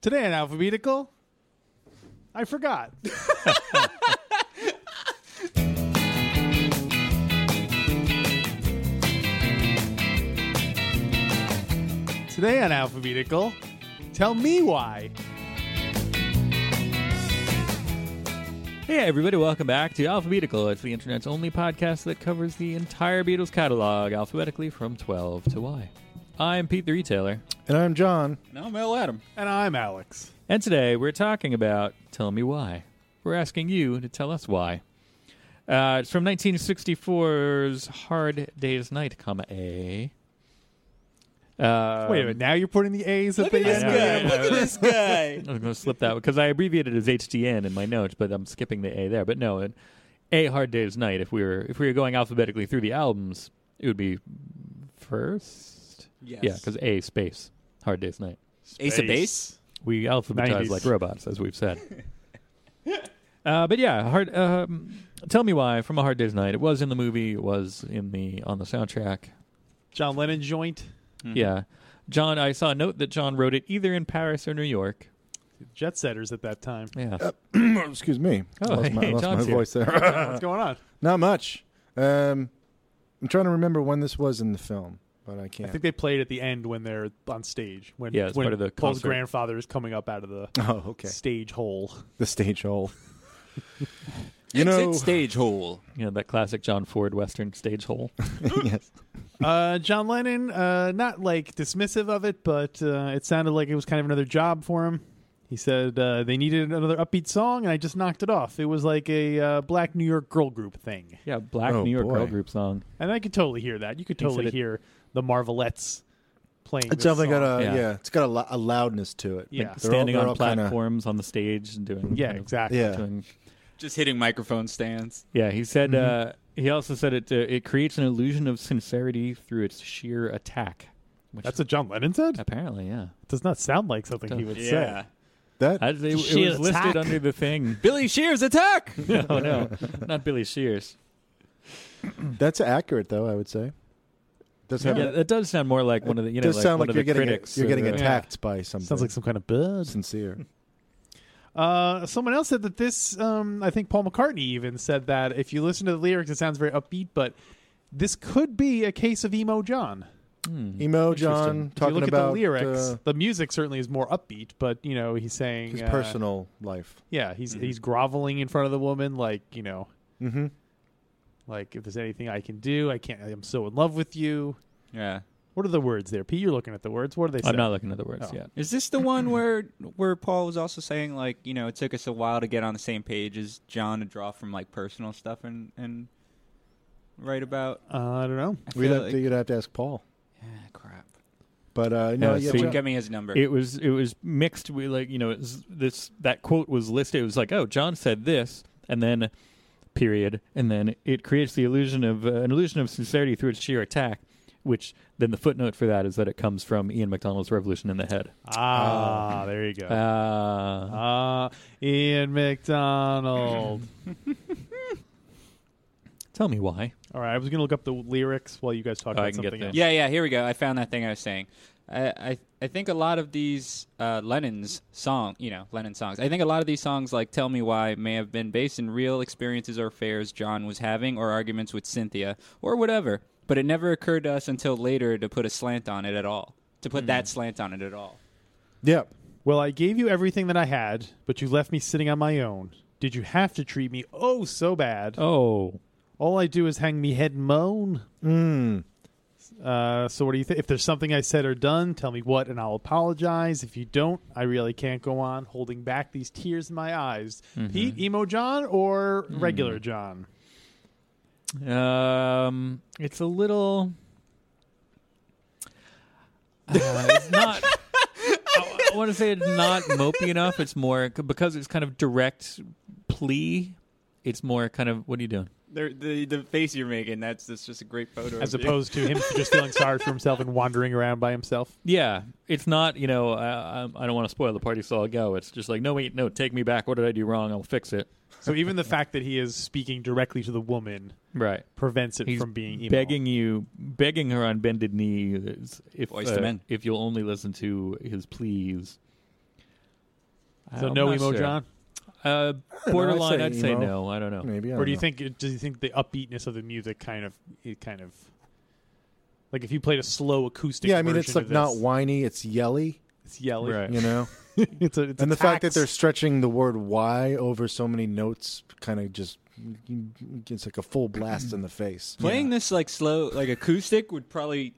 Today on Alphabetical, I forgot. Today on Alphabetical, tell me why. Hey everybody, welcome back to Alphabetical. It's the internet's only podcast that covers the entire Beatles catalog alphabetically from 12 to Y. I'm Pete the Retailer, And I'm John. No, I'm Mel Adam. And I'm Alex. and today we're talking about Tell Me Why. We're asking you to tell us why. Uh, it's from 1964's Hard Day's Night, comma A. Uh, Wait a minute, now you're putting the A's at Look the at this end. know, I guy. know. Look at this guy. I was going to slip that because I abbreviated it as HDN in my notes, but I'm skipping the A there. But no, it, A Hard Day's Night. If we were if we were going alphabetically through the albums, it would be first. Yes. Yeah, because A space Hard Day's Night. Ace of Base. We alphabetize 90s. like robots, as we've said. uh, but yeah, hard. Um, tell me why from a Hard Day's Night. It was in the movie. It was in the on the soundtrack. John Lennon joint. Yeah, John. I saw a note that John wrote it either in Paris or New York. Jet setters at that time. Yeah. Excuse me. Oh, I lost my, hey, I lost John's my here. voice there. What's going on? Not much. Um, I'm trying to remember when this was in the film, but I can't. I think they played at the end when they're on stage. When, Yeah, it's when part of the Paul's concert. grandfather is coming up out of the oh, okay. stage hole. The stage hole. you know, stage hole. you know that classic John Ford Western stage hole. yes. Uh, John Lennon, uh, not like dismissive of it, but uh, it sounded like it was kind of another job for him. He said uh, they needed another upbeat song, and I just knocked it off. It was like a uh, black New York girl group thing, Yeah, black Oh, New York girl boy. group song. and I could totally hear that. You could He said totally it- hear the Marvelettes playing. It's this definitely song. got a Yeah. yeah. It's got a, lo- a loudness to it. Yeah. Like They're all- standing they're on all kinda- platforms on the stage and doing yeah, kind of- exactly. Yeah. doing Just hitting microphone stands. Yeah, he said. Uh, he also said it. Uh, it creates an illusion of sincerity through its sheer attack. Which That's what John Lennon said. apparently, yeah. Does not sound like something he would say. That I, they, it was Sheer attack. listed under the thing. Billy Shears attack. oh no, not Billy Shears. that's accurate though. I would say. Does have Yeah, that does sound more like one of the you know does like sound one of like you're the getting critics. you're or getting the- attacked by something. Sounds like some kind of bird. sincere. Hmm. Uh, someone else said that this, um, I think Paul McCartney even said that if you listen to the lyrics, it sounds very upbeat, but this could be a case of emo John. Hmm. Emo John If you talking look about at the lyrics, uh, the music certainly is more upbeat, but you know he's saying his uh, personal Mm-hmm. life. Yeah, he's he's groveling in front of the woman, like you know, Mm-hmm. like if there's anything I can do, I can't. I'm so in love with you. Yeah. What are the words there, Pete? You're looking at the words. What are they? I'm say? not looking at the words Oh. yet. Is this the one where where Paul was also saying like you know it took us a while to get on the same page as John to draw from like personal stuff and and write about? Uh, I don't know. I We'd feel have like- to, you'd have to ask Paul. Ah, crap. But uh, Yeah, no, yeah, so Someone you- John- get me his number. It was it was mixed. We like you know it was this that quote was listed. It was like oh John said this and then period and then it creates the illusion of uh, an illusion of sincerity through its sheer attack. Which then the footnote for that is that it comes from Ian McDonald's Revolution in the Head. Ah, there you go. Uh, Ah, Ian McDonald. tell me why. All right, I was gonna look up the lyrics while you guys talk Oh, about I can get something that. else. Yeah, yeah. Here we go. I found that thing I was saying. I I, I think a lot of these uh, Lennon's song, you know, Lennon songs. I think a lot of these songs, like "Tell Me Why," may have been based in real experiences or affairs John was having, or arguments with Cynthia, or whatever. But it never occurred to us until later to put a slant on it at all. To put that slant on it at all. yeah. Well, I gave you everything that I had, but you left me sitting on my own. Did you have to treat me oh so bad? Oh, All I do is hang me head and moan. Hmm. Mm. Uh, so what do you think? If there's something I said or done, tell me what, and I'll apologize. If you don't, I really can't go on holding back these tears in my eyes. Pete, emo John or regular John? um, it's a little. Uh, it's not. I, want to say it's not mopey enough. It's more because it's kind of direct plea. It's more kind of what are you doing? The, the the face you're making that's that's just a great photo. As opposed to him just feeling sorry for himself and wandering around by himself. Yeah, it's not. You know, I, I, I don't want to spoil the party, so I'll go. It's just like no, wait, no, take me back. What did I do wrong? I'll fix it. So even the fact that he is speaking directly to the woman Right. prevents it He's from being emo. begging you, begging her on bended knee, is- if Voice to men. if you'll only listen to his pleas. So I'm no not emo sure. John, Uh, I'd borderline, say I'd say emo. no. I don't know. Maybe. I or don't do you know. think? Do you think the upbeatness of the music kind of, it kind of, like if you played a slow acoustic? Yeah, I mean, version it's like of this, not whiny. It's yelly. It's yelling. Right. You know, it's a, it's and a the fact that tax. they're stretching the word "why" over so many notes, kind of just it's like a full blast in the face. Playing this like slow, like acoustic would probably,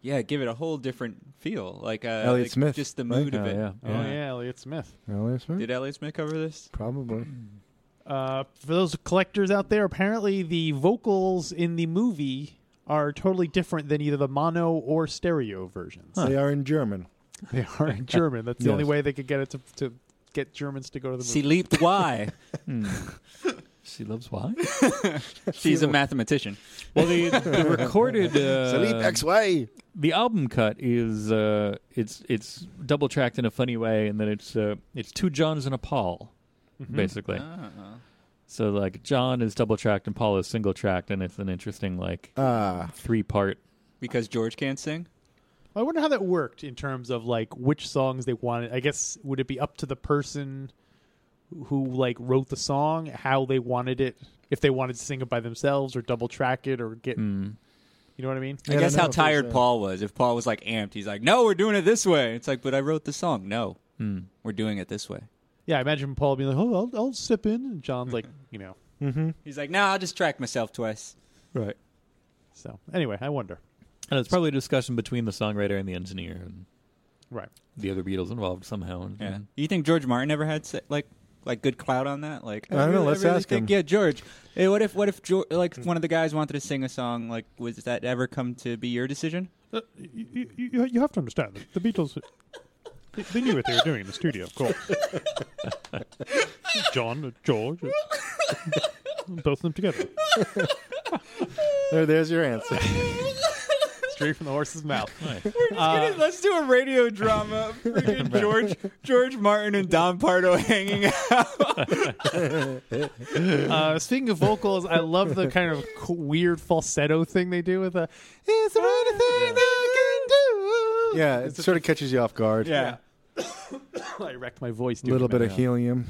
yeah, give it a whole different feel. Like uh, Elliott like, Smith, just the right? mood Oh, of it. yeah. Oh yeah, Elliot Smith. Really, sir? Did Elliott Smith cover this? Probably. Uh, for those collectors out there, apparently the vocals in the movie are totally different than either the mono or stereo versions. They are in German. They are in German. That's the Yes. only way they could get it to, to get Germans to go to the She movie. leaped why? She loves why? She's a mathematician. Well, the, the recorded Salib uh, XY. the album cut is uh, it's it's double tracked in a funny way, and then it's uh, it's two Johns and a Paul, basically. Ah. So like John is double tracked and Paul is single tracked, and it's an interesting like Ah, three part. because George can't sing. I wonder how that worked in terms of like which songs they wanted. I guess would it be up to the person who like wrote the song how they wanted it if they wanted to sing it by themselves or double track it or get mm, you know what I mean? Yeah, I I guess don't know how if tired there's a- Paul was. If Paul was like amped, he's like, "No, we're doing it this way." It's like, "But I wrote the song." No, mm. we're doing it this way. Yeah, I imagine Paul being like, "Oh, I'll, I'll step in," and John's like, you know. Mm-hmm. He's like, "No, I'll just track myself twice." Right. So anyway, I wonder. And it's probably a discussion between the songwriter and the engineer and Right. the other Beatles involved somehow. And, Yeah. You think George Martin ever had se- like like good clout on that? Like, I don't know, really- let's really ask think- him. Hmm. Yeah, George. Hey, what if what if George, like one of the guys wanted to sing a song? Like, was that ever come to be your decision? Uh, you, you, you have to understand the, the Beatles. They, they knew what they were doing in the studio, of course. John, uh, George, uh, both of them together, there, there's your answer. straight from the horse's mouth. Nice. Let's do a radio drama. Freaking George George Martin and Don Pardo hanging out. Uh, speaking of vocals, I love the kind of co- weird falsetto thing they do with the. Is there anything I can do? Yeah, it sort of catches you off guard. Yeah. I wrecked my voice. a little bit of helium.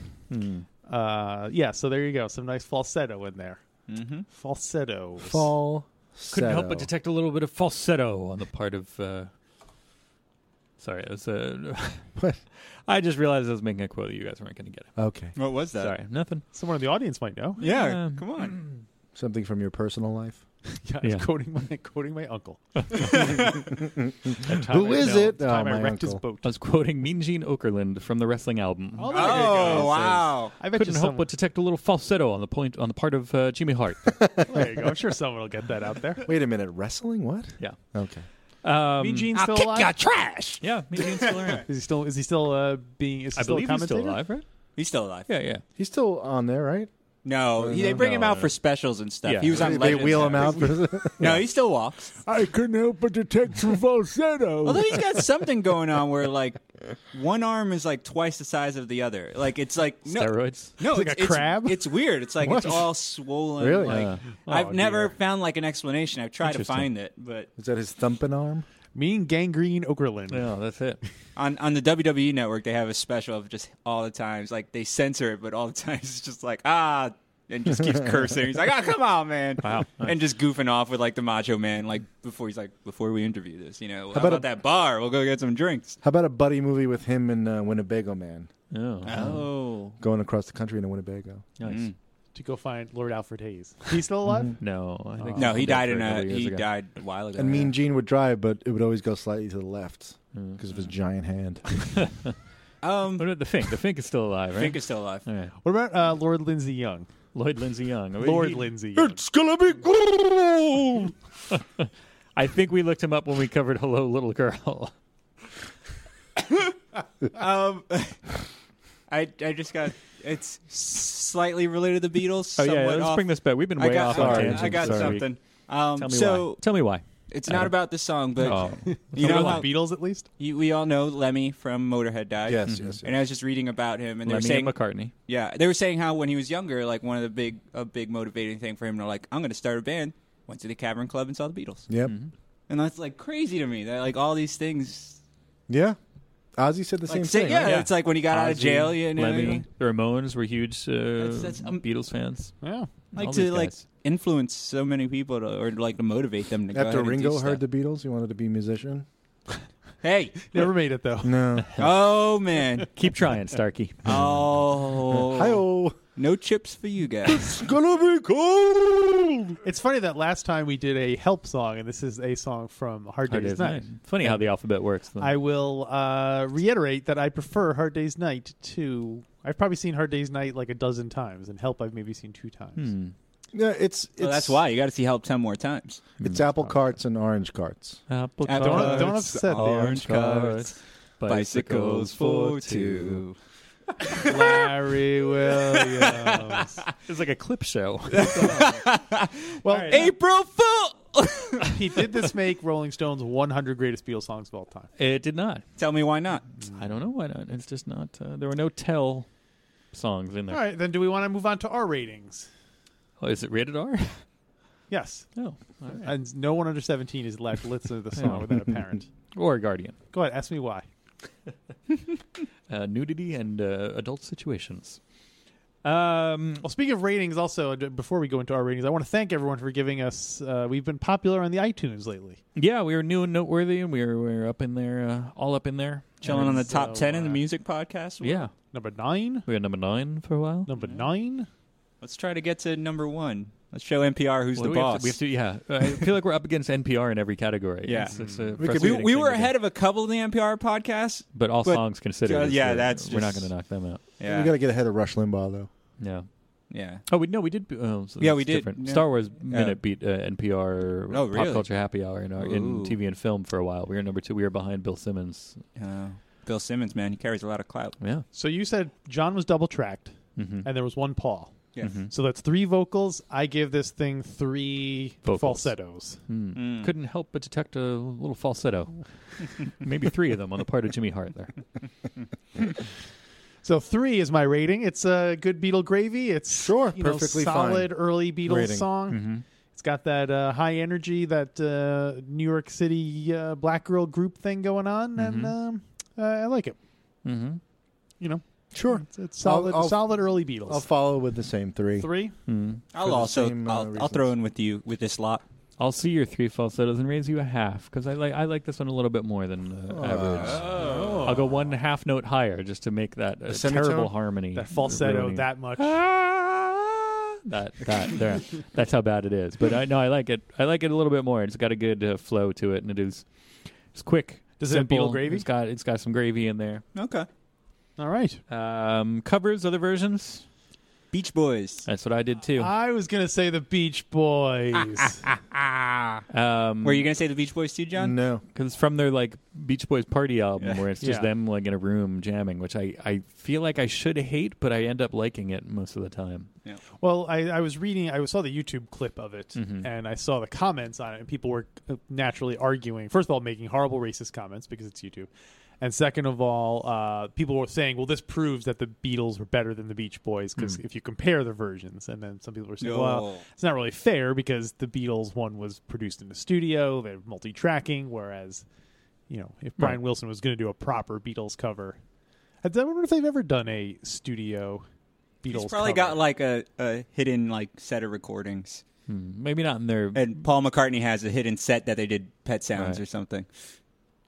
Uh, yeah, so there you go. Some nice falsetto in there. Mm-hmm. Falsetto. Fall. Couldn't help but detect a little bit of falsetto on the part of. Uh, sorry, it was uh, What? Uh, I just realized I was making a quote that you guys weren't going to get. It. Okay, What was that? Sorry, nothing. Someone in the audience might know. Yeah, Um, come on. something from your personal life. Yeah, I was Yeah. quoting my quoting my uncle. Who is it? The time Oh, I my wrecked his uncle. boat. I was quoting Mean Gene Okerlund from the wrestling album. Oh, there you Oh go. wow! I bet Couldn't you help someone, but detect a little falsetto on the point on the part of uh, Jimmy Hart. there you go. I'm sure someone will get that out there. Wait a minute, wrestling? What? yeah. Okay. Um, mean Gene's still alive. trash. Yeah, Mean Gene's still around. Is he still is he still uh, being is he I still believe a he's still commentator? alive, right? He's still alive. Yeah, yeah. He's still on there, right? No, he, they bring him No, out no. for specials and stuff. Yeah. He was on. They, Legends wheel now. him out. No, he still walks. I couldn't help but detect some falsetto. Although he's got something going on where like one arm is like twice the size of the other. Like it's like no, Steroids. no, It's like it's a crab? It's, weird. It's like What? it's all swollen. Really? Like, Uh, oh, I've never dear. found like an explanation. I've tried to Interesting. find it, but Is that his thumping arm? Mean gangrene Okerlund. No, that's it. on on the WWE network they have a special of just all the times like they censor it, but all the times it's just like ah. And just keeps cursing. He's like, "Oh, come on, man!" Wow. And just goofing off with like the Macho Man, like before he's like, "Before we interview this, you know, how, about about, a- that bar? We'll go get some drinks." How about a buddy movie with him and uh, Winnebago Man Oh, Oh, going across the country in a Winnebago? nice. Mm. To go find Lord Alfred Hayes. He's still alive? No, I think No, he he's died dead in for a couple years he ago. died a while ago. And Mean yeah. Gene would drive, but it would always go slightly to the left because of his giant hand. um, Mm. What about the Fink? The Fink is still alive, right? Fink is still alive. All right. What about uh, Lord Lindsay Young? Lloyd Lindsay Young. I mean, Lord he- Lindsay Young. gonna be gold. I think we looked him up when we covered Hello Little Girl. Um, I I just got it's slightly related to the Beatles. Oh yeah, somewhat let's off. bring this back. We've been I way got off sorry, on something. tangents. I got Sorry. something. Um, Tell me so why. Tell me why. it's not about this song, but Oh. you know, About how, Beatles at least? you, we all know Lemmy from Motorhead died. Yes, yes, And yes. I was just reading about him, and they were Lemmy saying, and McCartney. yeah, they were saying how when he was younger, like one of the big, a big motivating thing for him, they're like, I'm going to start a band. Went to the Cavern Club and saw the Beatles, Yep. and that's like crazy to me. That like all these things Yeah. Ozzy said the same Like, say- thing. yeah, right? it's like when he got out of Ozzy, jail. You know, what I Lemmy, mean? the Ramones were huge uh, That's- that's, um, Beatles fans. Yeah. like all to these like guys. influence so many people to, or like to motivate them to go After ahead and do Ringo heard stuff. the Beatles, he wanted to be a musician. hey, Never made it though. No. oh man, Keep trying, Starkey. oh, Hi-oh. no chips for you guys. It's gonna be cold. It's funny that last time we did a help song, and this is a song from Hard Day's, Hard Day's Night. Night. Funny how the alphabet works. Though. I will uh, reiterate that I prefer Hard Day's Night to. I've probably seen Hard Day's Night like a dozen times, and Help I've maybe seen two times. Hmm. Yeah, it's, it's well, that's why you got to see help ten more times. it's apple carts and orange carts. Apple Apple Don't, cards, don't upset the orange cards, bicycles for two. Larry Williams. It's like a clip show. Well, April Fool. he did this make Rolling Stone's 100 greatest Beatles songs of all time. it did not. Tell me why not? I don't know why not. It's just not. Uh, there were no tell songs in All there. right, then do we want to move on to our ratings? Oh, is it rated R? Yes, No. All right. and no one under 17 is allowed to listen to the song without a parent. Or Guardian. Go ahead, ask me why. Uh, nudity and uh, adult situations. Um, Well, speaking of ratings, also d- before we go into our ratings, I want to thank everyone for giving us. Uh, we've been popular on the iTunes lately. yeah, we were new and noteworthy, and we were, we were up in there, uh, all up in there. Chilling on the So, top ten in the uh, music podcast. Yeah, Number nine, we were number nine for a while. number nine. Let's try to get to number one. Let's show NPR who's Well, the we have boss. to- we have to- yeah, I feel like we're up against NPR in every category. Yeah. It's- it's a We could- we, frustrating we thing were to do. ahead of a couple of the NPR podcasts. but all but- songs considered. Uh, it's, yeah, uh, that's we're not just- going to knock them out. Yeah, We got to get ahead of Rush Limbaugh though. Yeah. yeah. Oh, we no, we did. Oh, so Yeah, that's we did, Different. yeah. Star Wars Minute beat uh, NPR Oh, really? Pop Culture Happy Hour in, our, Ooh. in TV and film for a while. We were number two. We were behind Bill Simmons. Uh, Bill Simmons, man, he carries a lot of clout. Yeah. So you said John was double tracked, Mm-hmm. and there was one Paul. Yeah. So that's three vocals. I give this thing three Vocals. falsettos. Mm. Hmm. Couldn't help but detect a little falsetto. Maybe three of them on the part of Jimmy Hart there. So three is my rating. It's a good Beatle gravy. It's Sure, you know, perfectly solid early Beatles Rating. song. Mm-hmm. It's got that uh, high energy, that uh, New York City uh, black girl group thing going on, Mm-hmm. and um, uh, I like it. Mm-hmm. You know, Sure. it's, it's solid, I'll- I'll- solid early Beatles. I'll follow with the same three. Three. Mm. I'll For the also same, uh, I'll, I'll reasons. throw in with you with this lot. I'll see your three falsettos and raise you a half because I like I like this one a little bit more than uh, average. Oh, I'll go one half note higher just to make that a semitone? terrible harmony. That falsetto ruining- that much. Ah, that that there. That's how bad it is. But I know I like it. I like it a little bit more. It's got a good uh, flow to it, and it is it's quick. Does it have simple. Beatle gravy? It's got it's got some gravy in there. okay. All right. Um, covers other versions. Beach Boys. That's what I did too. I was gonna say the Beach Boys. Um, Were you gonna say the Beach Boys too, John? No. Because it's from their like Beach Boys party album, where it's just Yeah. them like in a room jamming, which I I feel like I should hate, but I end up liking it most of the time. Well, I, I was reading, I saw the YouTube clip of it, Mhm. and I saw the comments on it, and people were uh, naturally arguing. First of all, making horrible racist comments because it's YouTube, and second of all, uh, people were saying, "Well, this proves that the Beatles were better than the Beach Boys because if you compare the versions." And then some people were saying, "Well, No. it's not really fair because the Beatles one was produced in the studio, they're multi-tracking, whereas, you know, if Brian Right. Wilson was going to do a proper Beatles cover, I wonder if they've ever done a studio." Beatles He's probably cover. got like a, a hidden like set of recordings, Hmm, Maybe not in their and Paul McCartney has a hidden set that they did Pet Sounds Right. or something.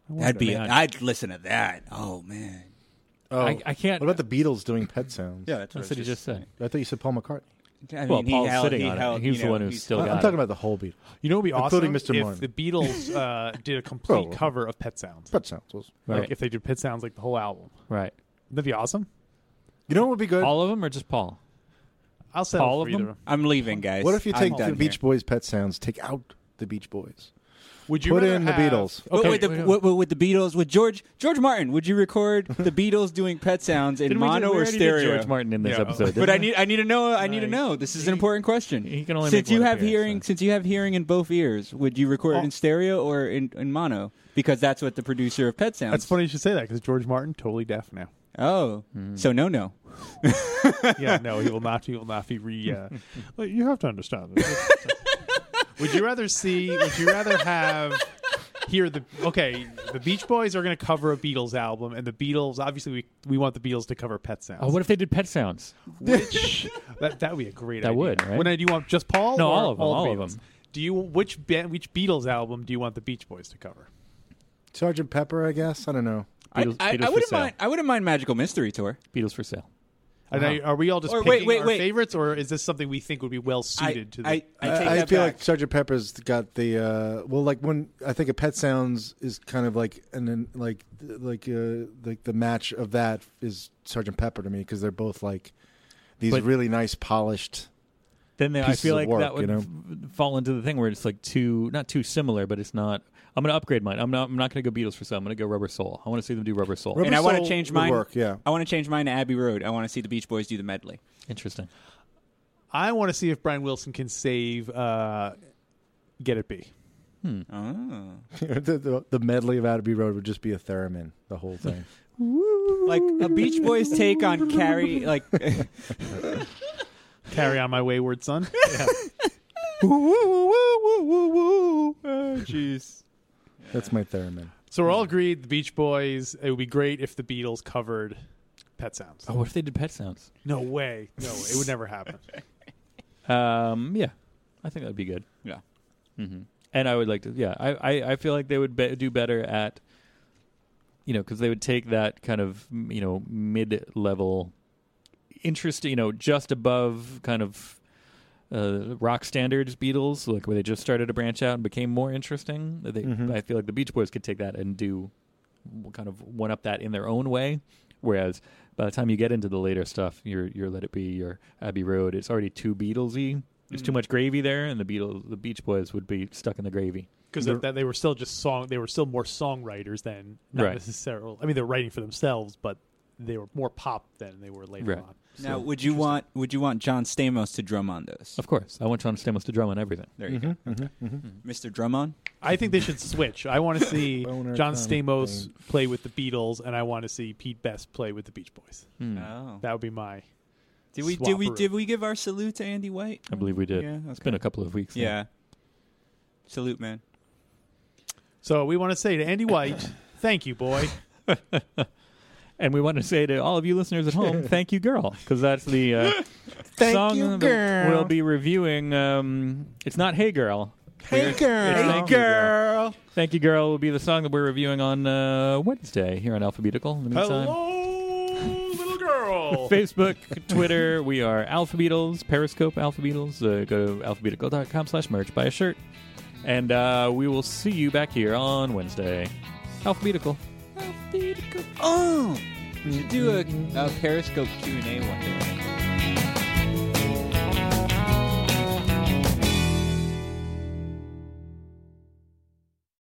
wonder. That'd be. Man. I'd listen to that. Oh man. Oh, I- I can't- What about the Beatles doing pet sounds? that's That's what he just said. I thought you said Paul McCartney. I mean, Well, he Paul's held- sitting he on it. held, He's you the know, one who's he's- still I- I'm got talking it. about the whole Beatles. You know, what would be awesome Including Mr. if Martin. the Beatles uh, did a complete Oh. cover of Pet Sounds. Pet sounds. was- Right. Like if they did Pet Sounds like the whole album, right. that'd be awesome. You know what would be good? All of them or just Paul? I'll settle All for of them? either. I'm leaving, guys. what if you I'm take done the here. Beach Boys pet sounds, take out the Beach Boys, Would you put rather in the have- Oh, Beatles? But Okay, with the wait, with, with the Beatles, with George George Martin, would you record the Beatles doing pet sounds in Didn't we do- mono we or already did stereo? George Martin in this Yeah. episode. But didn't I need I need to know I need to Nice. know. This is an important question. he can only since make you one have appearance, hearing so. since you have hearing in both ears, would you record it in stereo or in, in mono? Because that's what the producer of Pet Sounds. That's funny you should say that because George Martin totally deaf now. Oh, Hmm. so no no. yeah, no, he will not. He will not be re. Uh, like, you have to understand. This. would you rather see? Would you rather have? here the okay, the Beach Boys are going to cover a Beatles album, and the Beatles obviously we we want the Beatles to cover Pet Sounds. Oh, what if they did pet sounds? Which that that would be a great. That idea. would, right? When I, do you want just Paul? No, or all of 'em, the all of Beatles? 'em. Do you which band, which Beatles album do you want the Beach Boys to cover? Sergeant Pepper, I guess. I don't know. I, Beatles- I, Beatles I for wouldn't sale. mind. I wouldn't mind Magical Mystery Tour. Beatles for sale. And I- are we all just Or picking wait, wait, our wait. favorites, or is this something we think would be well suited to? The, I, I, I take I, that feel back. like Sergeant Pepper's got the uh, well, like when I think of Pet Sounds is kind of like and then like like uh, like the match of that is Sergeant Pepper to me because they're both like these But- really nice polished. Then they, I Pieces feel of like work, that would you know? f- fall into the thing where it's like too not too similar, but it's not. I'm gonna upgrade mine. I'm not. I'm not gonna go Beatles for sale. I'm gonna go Rubber Soul. I want to see them do Rubber Soul. and I want to Soul change would mine. work, yeah. I want to change mine to Abbey Road. I want to see the Beach Boys do the medley. Interesting. I want to see if Brian Wilson can save uh, Get It Be. Hmm. Oh, the, the, the medley of Abbey Road would just be a theremin, the whole thing. like a Beach Boys take on Carrie. Like Carry on, my wayward son. Oh, jeez. That's my theremin. so we're all agreed. The Beach Boys. It would be great if the Beatles covered Pet Sounds. Oh, what if they did pet sounds? No way. No, it would never happen. Um, yeah, I think that'd be good. Yeah. hmm And I would like to. Yeah, I, I, I feel like they would be, do better at, you know, because they would take that kind of m- you know mid level, interest, you know, just above kind of. Uh, rock standards Beatles, like where they just started to branch out and became more interesting. They, Mhm. I feel like the Beach Boys could take that and do w- kind of one up that in their own way. Whereas by the time you get into the later stuff, your your Let It Be, your Abbey Road, it's already too Beatlesy. There's too much gravy there, and the Beatles, the Beach Boys would be stuck in the gravy. Because that they were still just song. They were still more songwriters than not Right. necessarily. I mean, they're writing for themselves, but they were more pop than they were later Right. on. Now, would you want would you want John Stamos to drum on those? Of Mm-hmm. course, I want John Stamos to drum on everything. There you go, Mm-hmm, Mr. Drum on. I think they should switch. I want to see Boner John time Stamos thing. play with the Beatles, and I want to see Pete Best play with the Beach Boys. Mm. Mm. Uh, Oh, That would be my. did we did we Swapperoo. did we give our salute to Andy White? I believe we did. Yeah, It's been a couple of weeks. now. yeah. Salute, man. So we want to say to Andy White, thank you, boy. and we want to say to all of you listeners at home, "Thank you, girl," because that's the uh, song you, that girl. we'll be reviewing. Um, it's not "Hey Girl." Hey girl, Hey "Thank You, Girl" will be the song that we're reviewing on uh, Wednesday here on Alphabetical. In the meantime, Hello, little girl. Facebook, Twitter. We are Alpha Beatles, Periscope Alpha Beatles. Uh, go to alphabetical.com slash merch, buy a shirt. And uh, we will see you back here on Wednesday. Alphabetical. Oh, we should do a, a Periscope Q and A one day.